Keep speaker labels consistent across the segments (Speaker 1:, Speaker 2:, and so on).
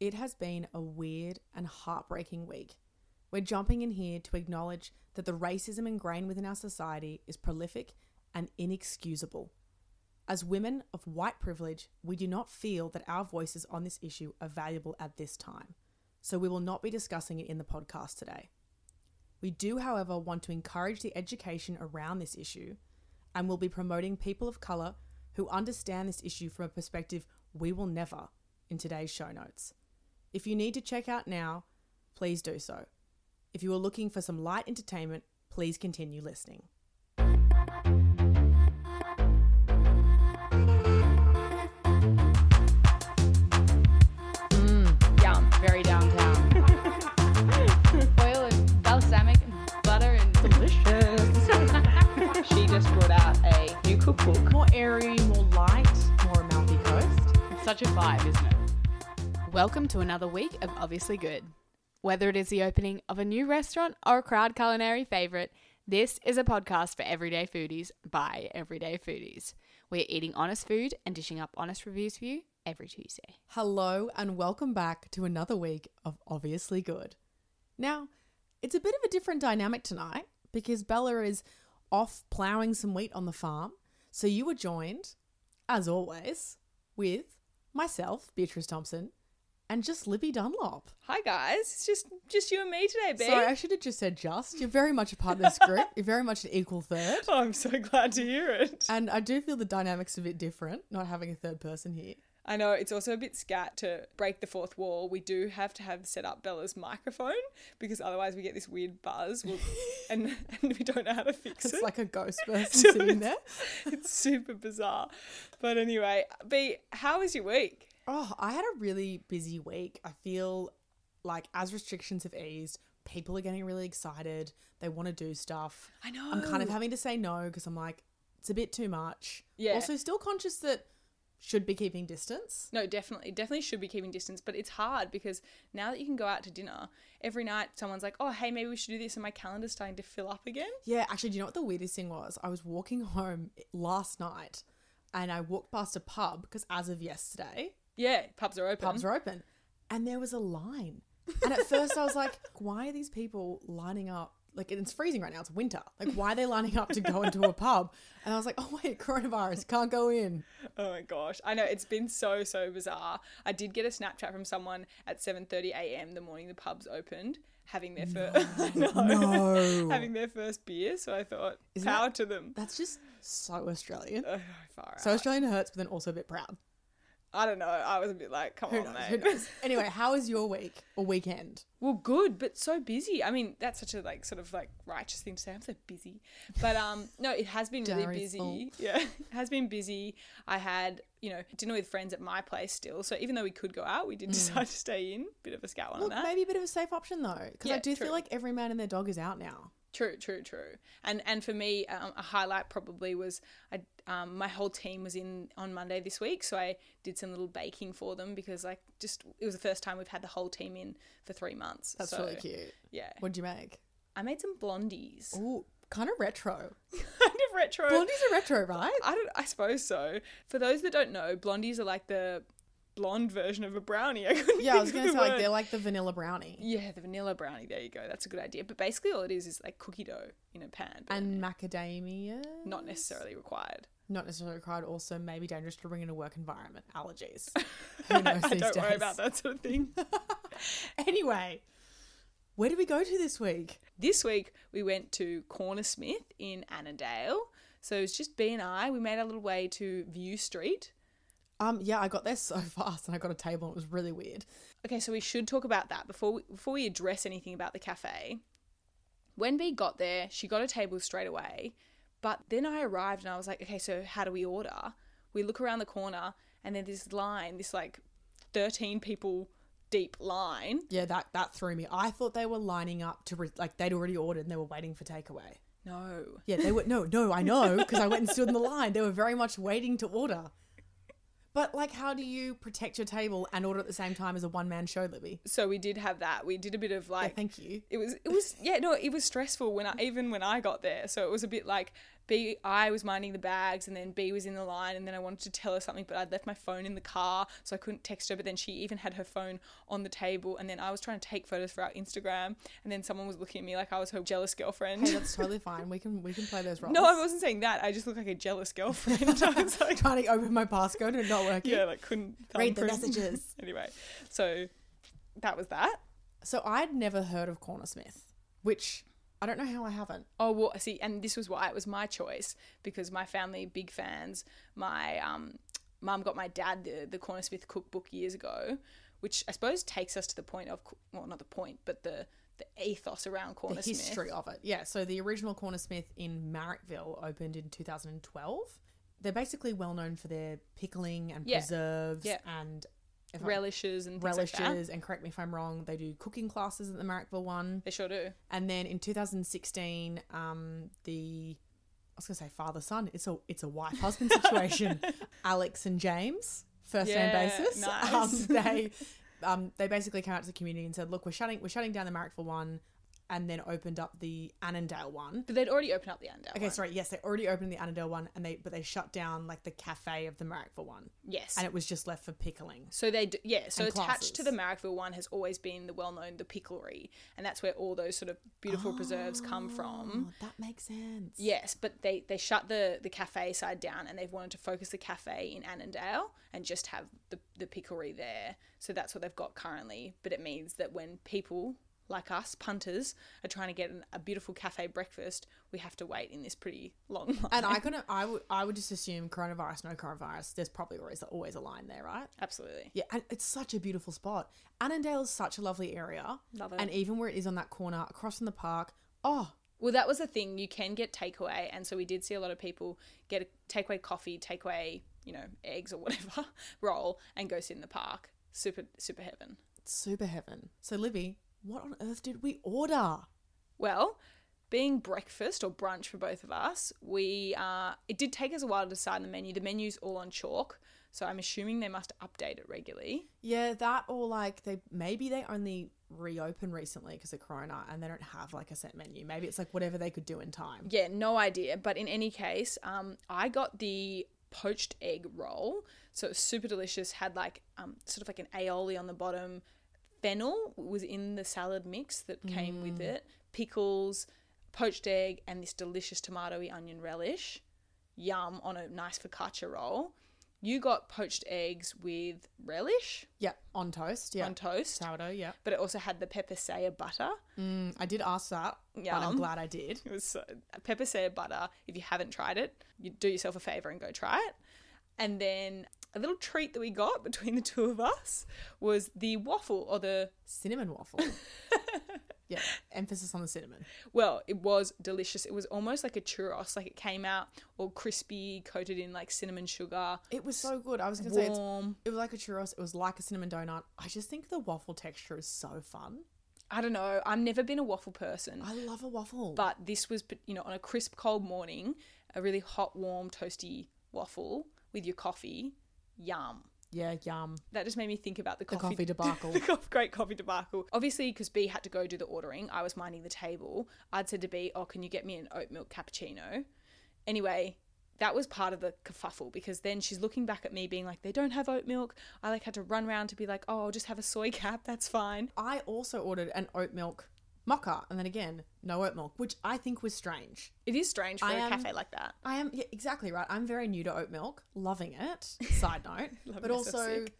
Speaker 1: It has been a weird and heartbreaking week. We're jumping in here to acknowledge that the racism ingrained within our society is prolific and inexcusable. As women of white privilege, we do not feel that our voices on this issue are valuable at this time, so we will not be discussing it in the podcast today. We do, however, want to encourage the education around this issue and will be promoting people of colour who understand this issue from a perspective we will never in today's show notes. If you need to check out now, please do so. If you are looking for some light entertainment, please continue listening.
Speaker 2: Yum, very downtown. Oil and balsamic and butter and delicious. she just brought out a new cookbook.
Speaker 1: More airy, more light, more Amalfi Coast.
Speaker 2: It's such a vibe, isn't it? Welcome to another week of Obviously Good. Whether it is the opening of a new restaurant or a crowd culinary favourite, this is a podcast for everyday foodies by everyday foodies. We're eating honest food and dishing up honest reviews for you every Tuesday.
Speaker 1: Hello, and welcome back to another week of Obviously Good. Now, it's a bit of a different dynamic tonight because Bella is off ploughing some wheat on the farm. So you were joined, as always, with myself, Beatrice Thompson, and just Libby Dunlop.
Speaker 3: Hi guys, it's just just you and me today, babe.
Speaker 1: Sorry, I should have just said just. You're very much a part of this group. You're very much an equal third.
Speaker 3: Oh, I'm so glad to hear it.
Speaker 1: And I do feel the dynamic's a bit different, not having a third person here.
Speaker 3: I know it's also a bit scat to break the fourth wall. We do have to have set up Bella's microphone because otherwise we get this weird buzz we'll- and, and we don't know how to fix
Speaker 1: It's
Speaker 3: it.
Speaker 1: like a ghost person
Speaker 3: So
Speaker 1: sitting there.
Speaker 3: it's super bizarre. But anyway, B, how was your week?
Speaker 1: Oh, I had a really busy week. I feel like as restrictions have eased, people are getting really excited. They want to do stuff.
Speaker 3: I know.
Speaker 1: I'm kind of having to say no because I'm like, it's a bit too much.
Speaker 3: Yeah.
Speaker 1: Also, still conscious that should be keeping distance.
Speaker 3: No, definitely, definitely should be keeping distance, but it's hard because now that you can go out to dinner every night, someone's like, "Oh, hey, maybe we should do this," and my calendar's starting to fill up again.
Speaker 1: Yeah, actually, do you know what the weirdest thing was? I was walking home last night and I walked past a pub because as of yesterday,
Speaker 3: Yeah, pubs are open.
Speaker 1: pubs are open and there was a line and at first i was like why are these people lining up like and it's freezing right now it's winter like why are they lining up to go into a pub and i was like oh wait coronavirus can't go in
Speaker 3: Oh my gosh. I know it's been so so bizarre. I did get a Snapchat from someone at 7:30 a.m. the morning the pubs opened having their first
Speaker 1: no.
Speaker 3: having their first beer, so I thought
Speaker 1: Isn't
Speaker 3: power
Speaker 1: that-
Speaker 3: to them.
Speaker 1: that's just so australian
Speaker 3: Oh, far
Speaker 1: so
Speaker 3: out.
Speaker 1: australian hurts but then also a bit proud
Speaker 3: I don't know. I was a bit like, come
Speaker 1: who
Speaker 3: on,
Speaker 1: knows, who
Speaker 3: Oh, mate.
Speaker 1: knows? anyway how was your week or weekend
Speaker 3: Well, good, but so busy. I mean, that's such a like sort of like righteous thing to say. I'm so busy, but um, no, it has been really
Speaker 1: Diary's
Speaker 3: busy.
Speaker 1: full.
Speaker 3: Yeah, it has been busy. I had you know dinner with friends at my place still, so even though we could go out, we did decide to stay in. Bit of a scout one
Speaker 1: Mm. Look,
Speaker 3: on that.
Speaker 1: maybe a bit of a safe option though because i
Speaker 3: Yeah,
Speaker 1: do
Speaker 3: true.
Speaker 1: feel like every man and their dog is out now
Speaker 3: True, true, true. And and for me, um, a highlight probably was I um, my whole team was in on Monday this week, so I did some little baking for them because like just it was the first time we've had the whole team in for three months.
Speaker 1: that's
Speaker 3: so,
Speaker 1: really cute
Speaker 3: Yeah,
Speaker 1: what'd you make
Speaker 3: I made some blondies,
Speaker 1: Ooh, kind of retro
Speaker 3: kind of retro.
Speaker 1: blondies are retro right
Speaker 3: I don't. I suppose so. For those that don't know, blondies are like the blonde version of a brownie. I couldn't
Speaker 1: Yeah, I was gonna
Speaker 3: think of
Speaker 1: say
Speaker 3: the
Speaker 1: like
Speaker 3: word.
Speaker 1: they're like the vanilla brownie
Speaker 3: yeah, the vanilla brownie. There you go. That's a good idea. But basically, all it is is like cookie dough in a pan, but
Speaker 1: and macadamia.
Speaker 3: not necessarily required.
Speaker 1: not necessarily required. Also, maybe dangerous to bring in a work environment. Allergies. Who knows
Speaker 3: I
Speaker 1: these
Speaker 3: don't
Speaker 1: days?
Speaker 3: worry about that sort of thing.
Speaker 1: Anyway, where do we go to this week?
Speaker 3: this week we went to Cornersmith in Annandale. So it's just B and I. We made our little way to View Street.
Speaker 1: Um, yeah, I got there so fast and I got a table and it was really weird.
Speaker 3: Okay, so we should talk about that before we, before we address anything about the cafe. When B got there, she got a table straight away, but then I arrived and I was like, okay, so how do we order? We look around the corner and then this line, this like 13 people deep line.
Speaker 1: Yeah, that that threw me. I thought they were lining up to re- like they'd already ordered and they were waiting for takeaway.
Speaker 3: No.
Speaker 1: Yeah, they were. No, no, I know because I went and stood in the line. They were very much waiting to order. But like, how do you protect your table and order at the same time as a one man show, Libby?
Speaker 3: So we did have that. We did a bit of
Speaker 1: Yeah,
Speaker 3: like
Speaker 1: thank you.
Speaker 3: it was it was yeah no it was stressful when I even when I got there so it was a bit like B, I was minding the bags, and then B was in the line, and then I wanted to tell her something, but I'd left my phone in the car, so I couldn't text her. But then she even had her phone on the table, and then I was trying to take photos for our Instagram, and then someone was looking at me like I was her jealous girlfriend.
Speaker 1: Hey, that's totally fine. We can we can play those roles.
Speaker 3: no, I wasn't saying that. I just looked like a jealous girlfriend. I was like,
Speaker 1: trying to open my passcode and not working.
Speaker 3: yeah, like couldn't
Speaker 1: Read the
Speaker 3: thumbprint.
Speaker 1: messages.
Speaker 3: anyway, so that was that.
Speaker 1: So I'd never heard of Cornersmith, which I don't know how I haven't.
Speaker 3: Oh well, see, and this was why it was my choice because my family big fans. My um, mum got my dad the the Cornersmith cookbook years ago, which I suppose takes us to the point of co- well, not the point, but the the ethos
Speaker 1: The
Speaker 3: around Cornersmith.
Speaker 1: history of it. Yeah, so the original Cornersmith in Marrickville opened in 2012. They're basically well known for their pickling and
Speaker 3: Yeah.
Speaker 1: preserves
Speaker 3: Yeah.
Speaker 1: and if I'm-
Speaker 3: relishes and things
Speaker 1: relishes.
Speaker 3: Like that.
Speaker 1: and correct me if I'm wrong, they do cooking classes at the Marrickville one.
Speaker 3: They sure do.
Speaker 1: And then in 2016, um, the I was gonna say father son. It's a it's a wife husband situation. Alex and James, first
Speaker 3: Yeah,
Speaker 1: name basis.
Speaker 3: nice.
Speaker 1: Um, they um, they basically came out to the community and said, look, we're shutting we're shutting down the Marrickville one, and then opened up the Annandale one.
Speaker 3: But they'd already opened up the Andale.
Speaker 1: Okay, sorry. Yes, they already opened the Annandale one, and they but they shut down like the cafe of the Marrickville one,
Speaker 3: Yes.
Speaker 1: and it was just left for pickling.
Speaker 3: So they d yeah. So
Speaker 1: And
Speaker 3: attached to the
Speaker 1: classes.
Speaker 3: Marrickville one has always been the well-known the picklery, and that's where all those sort of beautiful preserves come from.
Speaker 1: Oh, that makes sense.
Speaker 3: Yes, but they they shut the the cafe side down, and they've wanted to focus the cafe in Annandale and just have the the picklery there. So that's what they've got currently. But it means that when people like us punters are trying to get an, a beautiful cafe breakfast, we have to wait in this pretty long line.
Speaker 1: And I couldn't. I would. I would just assume coronavirus, no coronavirus. There's probably always always a line there, right?
Speaker 3: Absolutely.
Speaker 1: Yeah, and it's such a beautiful spot. Annandale is such a lovely area,
Speaker 3: Love it.
Speaker 1: and even where it is on that corner across from the park, oh,
Speaker 3: Well, that was the thing. You can get takeaway, and so we did see a lot of people get a takeaway coffee, takeaway, you know, eggs or whatever roll, and go sit in the park. Super, super heaven.
Speaker 1: it's super heaven. So Libby, what on earth did we order?
Speaker 3: Well, being breakfast or brunch for both of us, we uh, it did take us a while to decide the menu. The menu's all on chalk, so I'm assuming they must update it regularly.
Speaker 1: Yeah, that or like they maybe they only reopened recently because of Corona, and they don't have like a set menu. Maybe it's like whatever they could do in time.
Speaker 3: Yeah, no idea. But in any case, um, I got the poached egg roll. So it was super delicious. Had like um, sort of like an aioli on the bottom. Fennel was in the salad mix that came with it. Pickles, poached egg, and this delicious tomatoey onion relish. Yum on a nice focaccia roll. You got poached eggs with relish
Speaker 1: Yeah, on toast. Yeah,
Speaker 3: on toast,
Speaker 1: sourdough. Yeah,
Speaker 3: but it also had the pepper saya butter.
Speaker 1: mm, I did ask that, but I'm
Speaker 3: Yum.
Speaker 1: glad I did.
Speaker 3: It was so, pepper sear butter. If you haven't tried it, you do yourself a favor and go try it. And then a little treat that we got between the two of us was the waffle or the
Speaker 1: cinnamon waffle. yeah, emphasis on the cinnamon.
Speaker 3: well, it was delicious. It was almost like a churros, like it came out all crispy, coated in like cinnamon sugar,
Speaker 1: It was so good. I was gonna say it's,
Speaker 3: warm.
Speaker 1: it was like a churros. It was like a cinnamon donut. I just think the waffle texture is so fun.
Speaker 3: I don't know. I've never been a waffle person,
Speaker 1: I love a waffle.
Speaker 3: but this was you know on a crisp, cold morning, a really hot, warm, toasty waffle with your coffee. Yum.
Speaker 1: yeah, yum.
Speaker 3: That just made me think about the
Speaker 1: The
Speaker 3: coffee,
Speaker 1: coffee debacle.
Speaker 3: the co- great coffee debacle. Obviously, because B had to go do the ordering, I was minding the table. I'd said to B, "Oh, can you get me an oat milk cappuccino?" Anyway, that was part of the kerfuffle because then she's looking back at me, being like, "They don't have oat milk." I like had to run round to be like, "Oh, I'll just have a soy cap. That's fine."
Speaker 1: I also ordered an oat milk mocha, and then again, no oat milk, which I think was strange.
Speaker 3: It is strange for
Speaker 1: I
Speaker 3: a
Speaker 1: am-
Speaker 3: cafe like that.
Speaker 1: I am yeah, exactly right. I'm very new to oat milk, loving it. Side note, but
Speaker 3: myself
Speaker 1: also
Speaker 3: sick.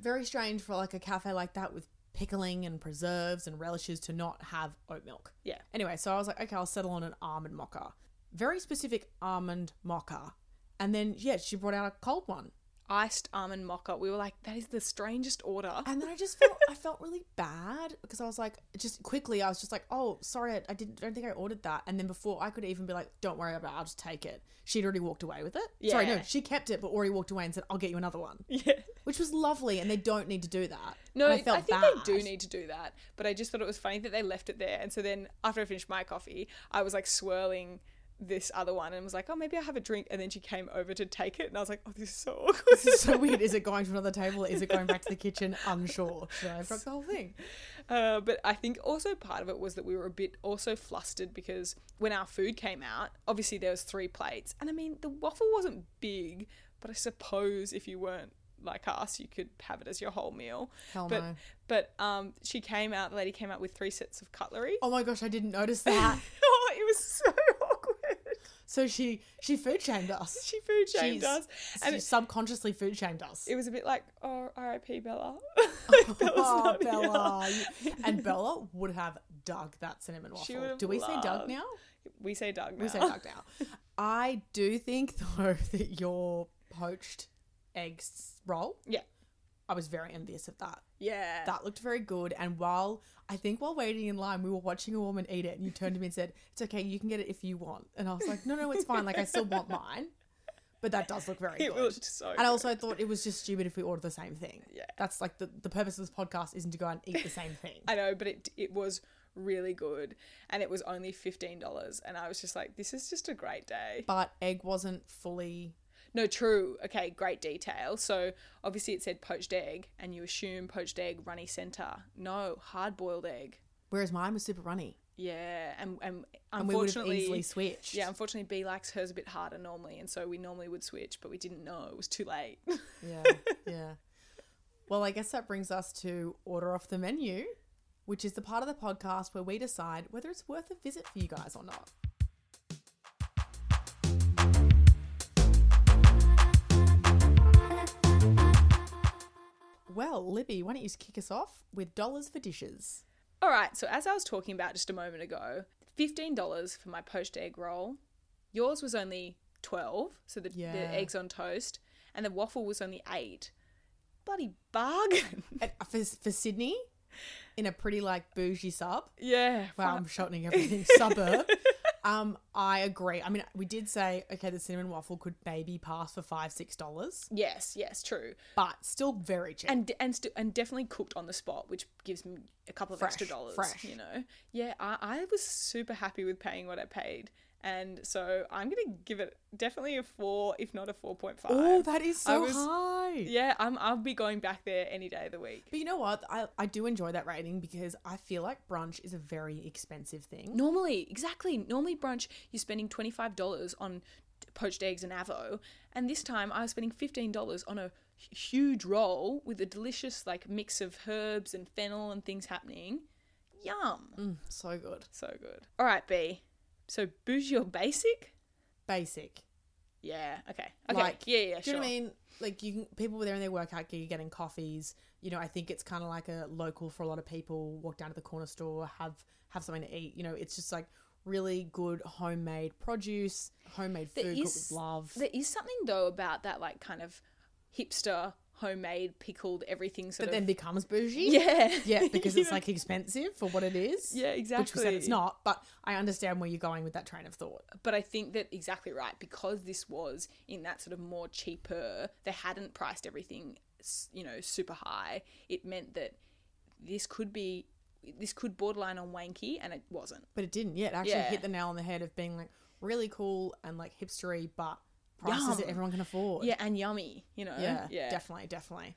Speaker 1: very strange for like a cafe like that with pickling and preserves and relishes to not have oat milk.
Speaker 3: Yeah.
Speaker 1: Anyway, so I was like, okay, I'll settle on an almond mocha. Very specific almond mocha. And then, yeah, she brought out a cold one.
Speaker 3: Iced almond mocha. We were like, "That is the strangest order."
Speaker 1: And then I just felt, I felt really bad because I was like, just quickly, I was just like, oh, sorry, I, I didn't, don't think I ordered that. And then before I could even be like, don't worry about it, I'll just take it. She'd already walked away with it. Sorry, no,
Speaker 3: Yeah.
Speaker 1: she kept it, but already walked away and said, I'll get you another one,
Speaker 3: Yeah.
Speaker 1: which was lovely. And they don't need to do that.
Speaker 3: No,
Speaker 1: And
Speaker 3: I, think they do need to do that. But I just thought it was funny that they left it there. And so then after I finished my coffee, I was like swirling this other one and was like, oh, maybe I'll have a drink. And then she came over to take it. And I was like, oh, this is so awkward.
Speaker 1: This is so weird. Is it going to another table? Is it going back to the kitchen? Unsure. Should I broke the whole thing?
Speaker 3: Uh, but I think also part of it was that we were a bit also flustered because when our food came out, obviously there was three plates. And I mean, the waffle wasn't big, but I suppose if you weren't like us, you could have it as your whole meal.
Speaker 1: Hell
Speaker 3: But
Speaker 1: Oh, no.
Speaker 3: but um, she came out. The lady came out with three sets of cutlery.
Speaker 1: Oh my gosh, I didn't notice that.
Speaker 3: oh it was so awkward.
Speaker 1: so she she food shamed us.
Speaker 3: She food shamed
Speaker 1: Jeez.
Speaker 3: us,
Speaker 1: She
Speaker 3: and it,
Speaker 1: subconsciously food shamed us.
Speaker 3: it was a bit like, "Oh, R.I.P. Bella." Like, Bella's
Speaker 1: oh,
Speaker 3: not here.
Speaker 1: Bella. You- And Bella would have dug that cinnamon
Speaker 3: She
Speaker 1: waffle.
Speaker 3: would
Speaker 1: Do we say dug
Speaker 3: loved-
Speaker 1: now?
Speaker 3: We say Doug now.
Speaker 1: We say dug now. I do think though that your poached eggs roll.
Speaker 3: Yeah.
Speaker 1: I was very envious of that.
Speaker 3: Yeah.
Speaker 1: That looked very good. And while I think while waiting in line, we were watching a woman eat it, and you turned to me and said, "It's okay, you can get it if you want." And I was like, "No, no, it's fine. Like I still want mine." But that does look very
Speaker 3: it
Speaker 1: good.
Speaker 3: looked so.
Speaker 1: And I also thought it was just stupid if we order the same thing.
Speaker 3: Yeah.
Speaker 1: That's like the, the purpose of this podcast isn't to go and eat the same thing.
Speaker 3: I know, but it it was really good, and it was only fifteen dollars, and I was just like, "This is just a great day."
Speaker 1: But egg wasn't fully
Speaker 3: No, true. Okay, great detail. So obviously it said poached egg, and you assume poached egg, runny center. No, hard boiled egg.
Speaker 1: whereas mine was super runny.
Speaker 3: Yeah, and and
Speaker 1: And we would have
Speaker 3: unfortunately,
Speaker 1: easily switched.
Speaker 3: yeah, unfortunately, B likes hers a bit harder normally, and so we normally would switch, but we didn't know it was too late.
Speaker 1: Yeah. Yeah. Well, I guess that brings us to order off the menu, which is the part of the podcast where we decide whether it's worth a visit for you guys or not. Well, Libby, why don't you kick us off with dollars for dishes?
Speaker 3: All right, so as I was talking about just a moment ago, $15 for my poached egg roll. Yours was only 12, so the,
Speaker 1: Yeah.
Speaker 3: the eggs on toast, and the waffle was only 8. Bloody bargain.
Speaker 1: And for, for Sydney, in a pretty like bougie sub,
Speaker 3: yeah.
Speaker 1: Wow,
Speaker 3: fuck.
Speaker 1: I'm shortening everything. Suburb. Um, I agree. I mean, we did say okay, the cinnamon waffle could maybe pass for five, six dollars,
Speaker 3: Yes, yes, true.
Speaker 1: but still very cheap.
Speaker 3: And and st- and definitely cooked on the spot, which gives me a couple of
Speaker 1: Fresh,
Speaker 3: extra dollars,
Speaker 1: fresh.
Speaker 3: you know. Yeah, I, I was super happy with paying what I paid. And so I'm going to give it definitely a 4, if not a 4.5.
Speaker 1: oh, that is
Speaker 3: I
Speaker 1: so
Speaker 3: was-
Speaker 1: high.
Speaker 3: yeah, I'm, I'll be going back there any day of the week.
Speaker 1: But you know what? I, I do enjoy that rating because I feel like brunch is a very expensive thing.
Speaker 3: Normally, exactly. Normally, brunch, you're spending $25 on poached eggs and avo. And this time, I was spending $15 on a h- huge roll with a delicious, like, mix of herbs and fennel and things happening. Yum.
Speaker 1: Mm, so good.
Speaker 3: So good. All right, B. So, bougie or basic?
Speaker 1: Basic.
Speaker 3: Yeah. Okay. Okay.
Speaker 1: Like,
Speaker 3: yeah, yeah,
Speaker 1: Do you
Speaker 3: sure.
Speaker 1: know what I mean? Like you can people were there in their workout gear getting coffees. You know, I think it's kind of like a local for a lot of people. Walk down to the corner store, have have something to eat. You know, it's just like really good homemade produce, homemade
Speaker 3: There
Speaker 1: food cooked
Speaker 3: is-
Speaker 1: with love.
Speaker 3: There is something, though, about that, like, kind of hipster, homemade, pickled, everything
Speaker 1: but
Speaker 3: sort of.
Speaker 1: then becomes bougie.
Speaker 3: yeah.
Speaker 1: Yeah, because
Speaker 3: You
Speaker 1: it's
Speaker 3: know?
Speaker 1: like expensive for what it is.
Speaker 3: Yeah,
Speaker 1: Which we said it's
Speaker 3: exactly.
Speaker 1: not, but I understand where you're going with that train of thought.
Speaker 3: but I think that exactly right because this was in that sort of more cheaper. They hadn't priced everything, s- you know, super high. It meant that this could be this could borderline on wanky, and it wasn't.
Speaker 1: But it didn't yet. It actually
Speaker 3: Yeah.
Speaker 1: hit the nail on the head of being like really cool and like hipstery, but prices that
Speaker 3: Yum.
Speaker 1: everyone can afford.
Speaker 3: Yeah, and yummy, you know.
Speaker 1: Yeah,
Speaker 3: yeah.
Speaker 1: definitely, definitely.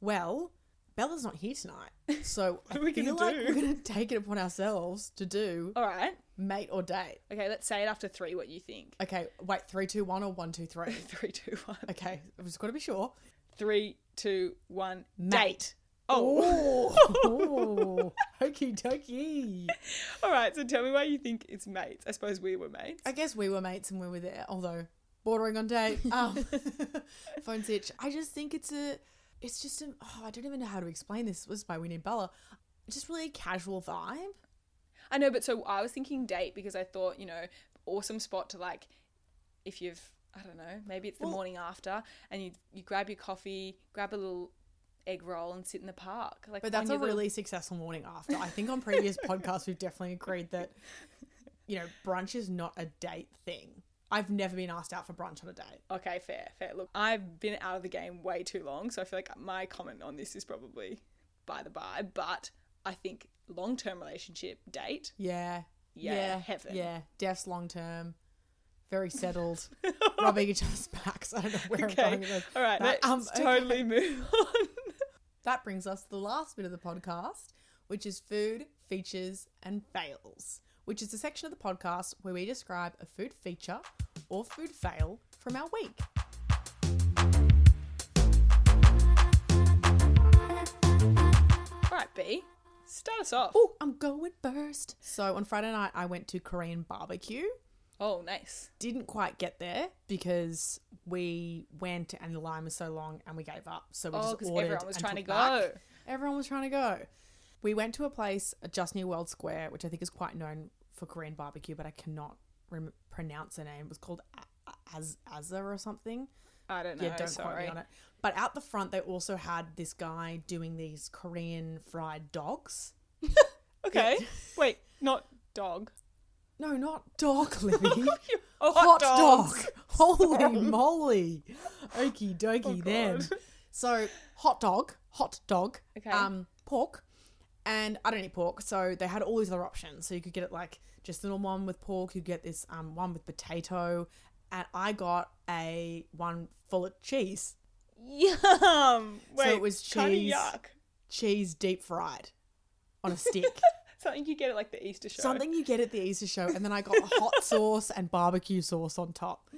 Speaker 1: Well, Bella's not here tonight, so I
Speaker 3: are we
Speaker 1: feel
Speaker 3: gonna
Speaker 1: like
Speaker 3: do?
Speaker 1: we're going to take it upon ourselves to do
Speaker 3: All right.
Speaker 1: mate or date.
Speaker 3: Okay, let's say it after three. What you think?
Speaker 1: Okay, wait, three, two, one, or one, two, three.
Speaker 3: Three, two, one.
Speaker 1: Okay, I've just got to be sure.
Speaker 3: Three, two, one.
Speaker 1: Mate.
Speaker 3: Date. Oh.
Speaker 1: Ooh, okie dokie.
Speaker 3: All right. So tell me why you think it's mates. I suppose we were mates.
Speaker 1: I guess we were mates and we were there, although bordering on date. Um, phone sitch. I just think it's a, it's just a, oh, I don't even know how to explain this. This is why we need Bella. Just really a casual vibe.
Speaker 3: I know, but so I was thinking date because I thought, you know, awesome spot to like, if you've, I don't know, maybe it's the
Speaker 1: Well-
Speaker 3: morning after, and you you grab your coffee, grab a little egg roll, and sit in the park. Like,
Speaker 1: But that's
Speaker 3: on
Speaker 1: a
Speaker 3: your little-
Speaker 1: really successful morning after. I think on previous podcasts we've definitely agreed that you know brunch is not a date thing. I've never been asked out for brunch on a date.
Speaker 3: okay, fair, fair. Look, I've been out of the game way too long, so I feel like my comment on this is probably by the by, but I think long term relationship date,
Speaker 1: Yeah.
Speaker 3: Yeah, heaven.
Speaker 1: Yeah, Def's long term. very settled, rubbing each other's backs. I don't know where I'm going
Speaker 3: Okay.
Speaker 1: with this.
Speaker 3: All right.
Speaker 1: That-
Speaker 3: Let's
Speaker 1: um, okay.
Speaker 3: totally move on.
Speaker 1: That brings us to the last bit of the podcast, which is food, features, and fails, which is the section of the podcast where we describe a food feature or food fail from our week.
Speaker 3: All right, B. Start us off.
Speaker 1: Oh, I'm going first. So on Friday night, I went to Korean barbecue.
Speaker 3: Oh, nice.
Speaker 1: Didn't quite get there because we went and the line was so long and we gave up. So we
Speaker 3: Oh,
Speaker 1: just
Speaker 3: because
Speaker 1: ordered.
Speaker 3: everyone was
Speaker 1: and
Speaker 3: trying to
Speaker 1: took
Speaker 3: go.
Speaker 1: back. Everyone was trying to go. We went to a place uh, just near World Square, which I think is quite known for Korean barbecue, but I cannot rem- pronounce the name. It was called A- A- Az- Azza or something.
Speaker 3: I don't know.
Speaker 1: yeah, don't
Speaker 3: Oh,
Speaker 1: quote
Speaker 3: sorry.
Speaker 1: me on it. But out the front, they also had this guy doing these Korean fried dogs.
Speaker 3: Okay. Wait, not dog.
Speaker 1: No, not dog, Libby.
Speaker 3: Oh,
Speaker 1: Hot,
Speaker 3: dogs.
Speaker 1: dog. Oh, Holy moly. Okie dokie then. So hot dog, hot dog,
Speaker 3: Okay.
Speaker 1: um, pork, and I don't eat pork, so they had all these other options. So you could get it like just the normal one with pork. You could get this um, one with potato, and I got a one full of cheese,
Speaker 3: Yum. Wait,
Speaker 1: it was
Speaker 3: kinda
Speaker 1: cheese.
Speaker 3: Yuck.
Speaker 1: cheese deep fried on a stick.
Speaker 3: Something you get at like the Easter show.
Speaker 1: Something you get at the Easter show, and then I got hot sauce and barbecue sauce on top.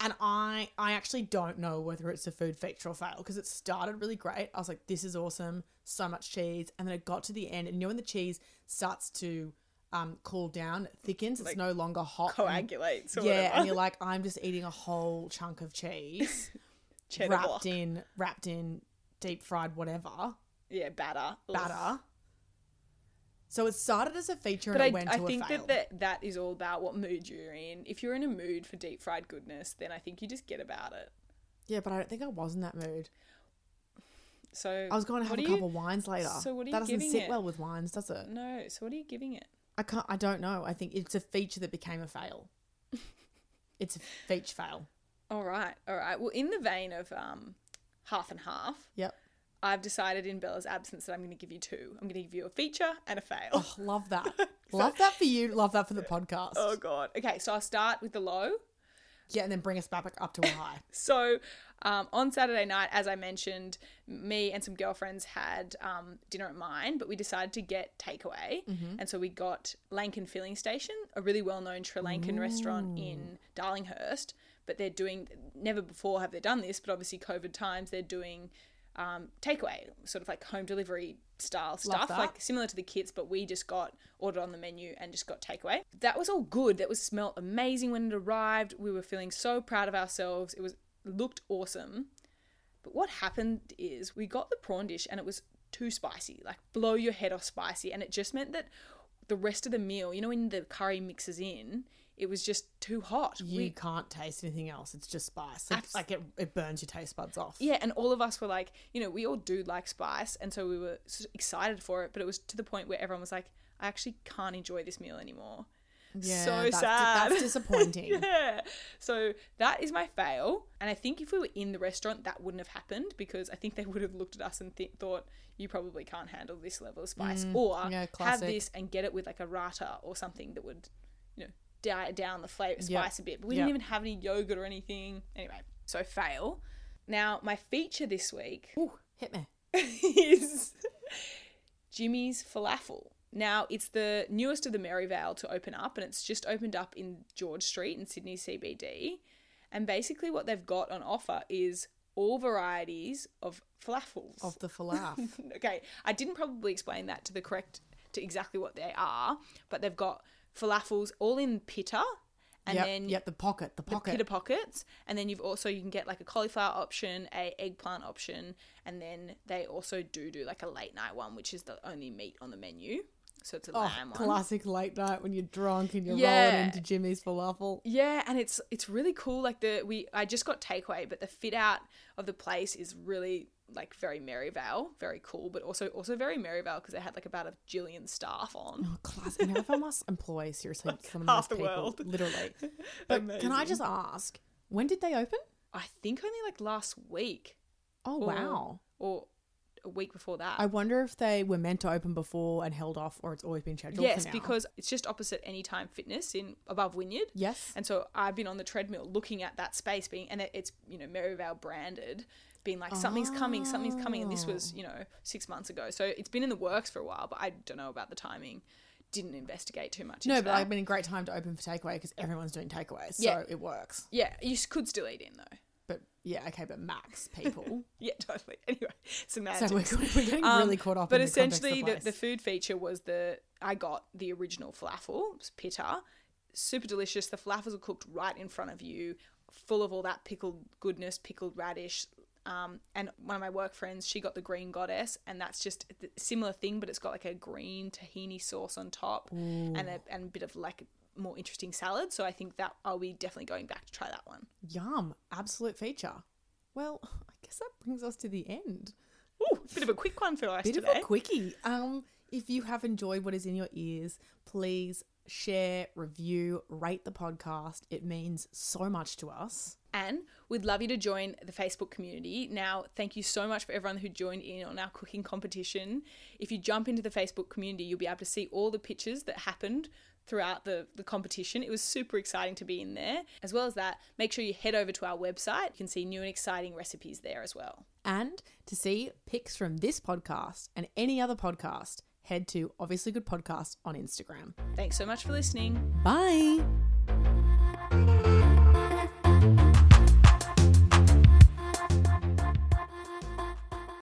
Speaker 1: And I, I actually don't know whether it's a food feature or fail because it started really great. I was like, "This is awesome, so much cheese," and then it got to the end, and you know when the cheese starts to um, cool down, it thickens, it's
Speaker 3: Like,
Speaker 1: no longer hot. and-
Speaker 3: coagulates or
Speaker 1: yeah,
Speaker 3: whatever.
Speaker 1: and you're like, "I'm just eating a whole chunk of cheese
Speaker 3: Cheddar
Speaker 1: wrapped
Speaker 3: block.
Speaker 1: in, wrapped in deep fried whatever."
Speaker 3: Yeah, batter. Ugh.
Speaker 1: batter. So it started as a feature and
Speaker 3: But I,
Speaker 1: it went
Speaker 3: I
Speaker 1: to
Speaker 3: think
Speaker 1: a fail.
Speaker 3: that, that that is all about what mood you're in. If you're in a mood for deep fried goodness, then I think you just get about it.
Speaker 1: yeah, but I don't think I was in that mood.
Speaker 3: So
Speaker 1: I was going to have
Speaker 3: what
Speaker 1: a
Speaker 3: are you-
Speaker 1: couple of wines later.
Speaker 3: so what are
Speaker 1: that
Speaker 3: you
Speaker 1: doesn't
Speaker 3: giving
Speaker 1: sit
Speaker 3: it?
Speaker 1: well with wines, does it?
Speaker 3: No, so what are you giving it?
Speaker 1: I can't. I don't know. I think it's a feature that became a fail. it's a feature fail.
Speaker 3: All right, all right. Well, in the vein of um, half and half,
Speaker 1: Yep.
Speaker 3: I've decided in Bella's absence that I'm going to give you two. I'm going to give you a feature and a fail.
Speaker 1: Oh, love that. love that for you. Love that for the podcast.
Speaker 3: oh God. Okay, so I'll start with the low.
Speaker 1: Yeah, and then bring us back up to a high.
Speaker 3: So um, on Saturday night, as I mentioned, me and some girlfriends had um, dinner at mine, but we decided to get takeaway. And so we got Lankan Filling Station, a really well known Sri Lankan restaurant in Darlinghurst. But they're doing, never before have they done this, but obviously COVID times, they're doing um, takeaway, sort of like home delivery style stuff,
Speaker 1: that.
Speaker 3: like similar to the kits, but we just got ordered on the menu and just got takeaway. That was all good. That was smelled amazing when it arrived. We were feeling so proud of ourselves. It was looked awesome. But what happened is we got the prawn dish and it was too spicy, like blow your head off spicy, and it just meant that the rest of the meal, you know, when the curry mixes in, it was just too hot.
Speaker 1: You
Speaker 3: We-
Speaker 1: can't taste anything else. It's just spice. It's like it, it burns your taste buds off.
Speaker 3: Yeah, and all of us were like, you know, we all do like spice, and so we were s- excited for it, but it was to the point where everyone was like, I actually can't enjoy this meal anymore.
Speaker 1: Yeah,
Speaker 3: so
Speaker 1: that's,
Speaker 3: sad.
Speaker 1: That's disappointing.
Speaker 3: yeah. So that is my fail, and I think if we were in the restaurant, that wouldn't have happened because I think they would have looked at us and th- thought, you probably can't handle this level of spice, or
Speaker 1: Mm, yeah,
Speaker 3: have
Speaker 1: classic.
Speaker 3: this and get it with like a rata or something that would, you know, diet down the flavor spice a bit. But we
Speaker 1: Yep.
Speaker 3: didn't even have any yogurt or anything. Anyway, so fail. Now my feature this week
Speaker 1: Ooh, hit me.
Speaker 3: is Jimmy's Falafel. Now, it's the newest of the Maryvale to open up, and it's just opened up in George Street in Sydney CBD. And basically, what they've got on offer is all varieties of falafels.
Speaker 1: Of the falafel.
Speaker 3: okay, I didn't probably explain that to the correct, to exactly what they are, but they've got falafels all in pitta, and
Speaker 1: yep,
Speaker 3: then
Speaker 1: yep, the pocket, the pocket.
Speaker 3: Pitta pockets, and then you've also you can get like a cauliflower option, a eggplant option, and then they also do do like a late night one, which is the only meat on the menu. So it's a
Speaker 1: Oh,
Speaker 3: lamb one.
Speaker 1: classic late night when you're drunk and you're rolling
Speaker 3: Yeah.
Speaker 1: into Jimmy's falafel.
Speaker 3: Yeah, and it's it's really cool. Like the we I just got takeaway, but the fit out of the place is really like very Maryvale, very cool, but also also very Maryvale because they had like about a Jillian staff on.
Speaker 1: Oh, classic. You know, if I must employ seriously some of
Speaker 3: half
Speaker 1: those
Speaker 3: the
Speaker 1: people,
Speaker 3: world.
Speaker 1: literally. But can I just ask, when did they open?
Speaker 3: I think only like last week
Speaker 1: Oh
Speaker 3: Or-
Speaker 1: wow,
Speaker 3: or a week before that.
Speaker 1: I wonder if they were meant to open before and held off, or it's always been scheduled. for
Speaker 3: yes,
Speaker 1: now.
Speaker 3: because it's just opposite Anytime Fitness in above Wynyard.
Speaker 1: yes,
Speaker 3: And so I've been on the treadmill looking at that space being, and it- it's, you know, Merivale branded, being like, something's coming, something's coming. And this was, you know, six months ago. So it's been in the works for a while, but I don't know about the timing. Didn't investigate too much.
Speaker 1: no,
Speaker 3: into
Speaker 1: but
Speaker 3: that.
Speaker 1: I've been a great time to open for takeaway because everyone's doing takeaways, so
Speaker 3: Yeah.
Speaker 1: it works.
Speaker 3: yeah, you s- could still eat in though.
Speaker 1: But yeah, okay, but max people.
Speaker 3: Yeah, totally. Anyway,
Speaker 1: so
Speaker 3: semantics.
Speaker 1: we're, we're getting
Speaker 3: Um,
Speaker 1: really caught up.
Speaker 3: But
Speaker 1: in the context
Speaker 3: essentially,
Speaker 1: of
Speaker 3: the,
Speaker 1: place.
Speaker 3: the food feature was the I got the original falafel, it was pitta, super delicious. The falafels are cooked right in front of you, full of all that pickled goodness, pickled radish. Um, and one of my work friends, she got the green goddess, and that's just a similar thing, but it's got like a green tahini sauce on top and a, and a bit of like more interesting salad. So I think that I'll be definitely going back to try that one.
Speaker 1: Yum, absolute feature. Well, I guess that brings us to the end.
Speaker 3: Ooh, bit of a quick one for us
Speaker 1: Bit
Speaker 3: today.
Speaker 1: of a quickie. Um, if you have enjoyed what is in your ears, please share, review, rate the podcast. It means so much to us.
Speaker 3: And we'd love you to join the Facebook community. Now, thank you so much for everyone who joined in on our cooking competition. If you jump into the Facebook community, you'll be able to see all the pictures that happened throughout the, the competition. It was super exciting to be in there. As well as that, make sure you head over to our website. You can see new and exciting recipes there as well.
Speaker 1: And to see pics from this podcast and any other podcast, head to Obviously Good Podcast on Instagram.
Speaker 3: Thanks so much for listening.
Speaker 1: Bye.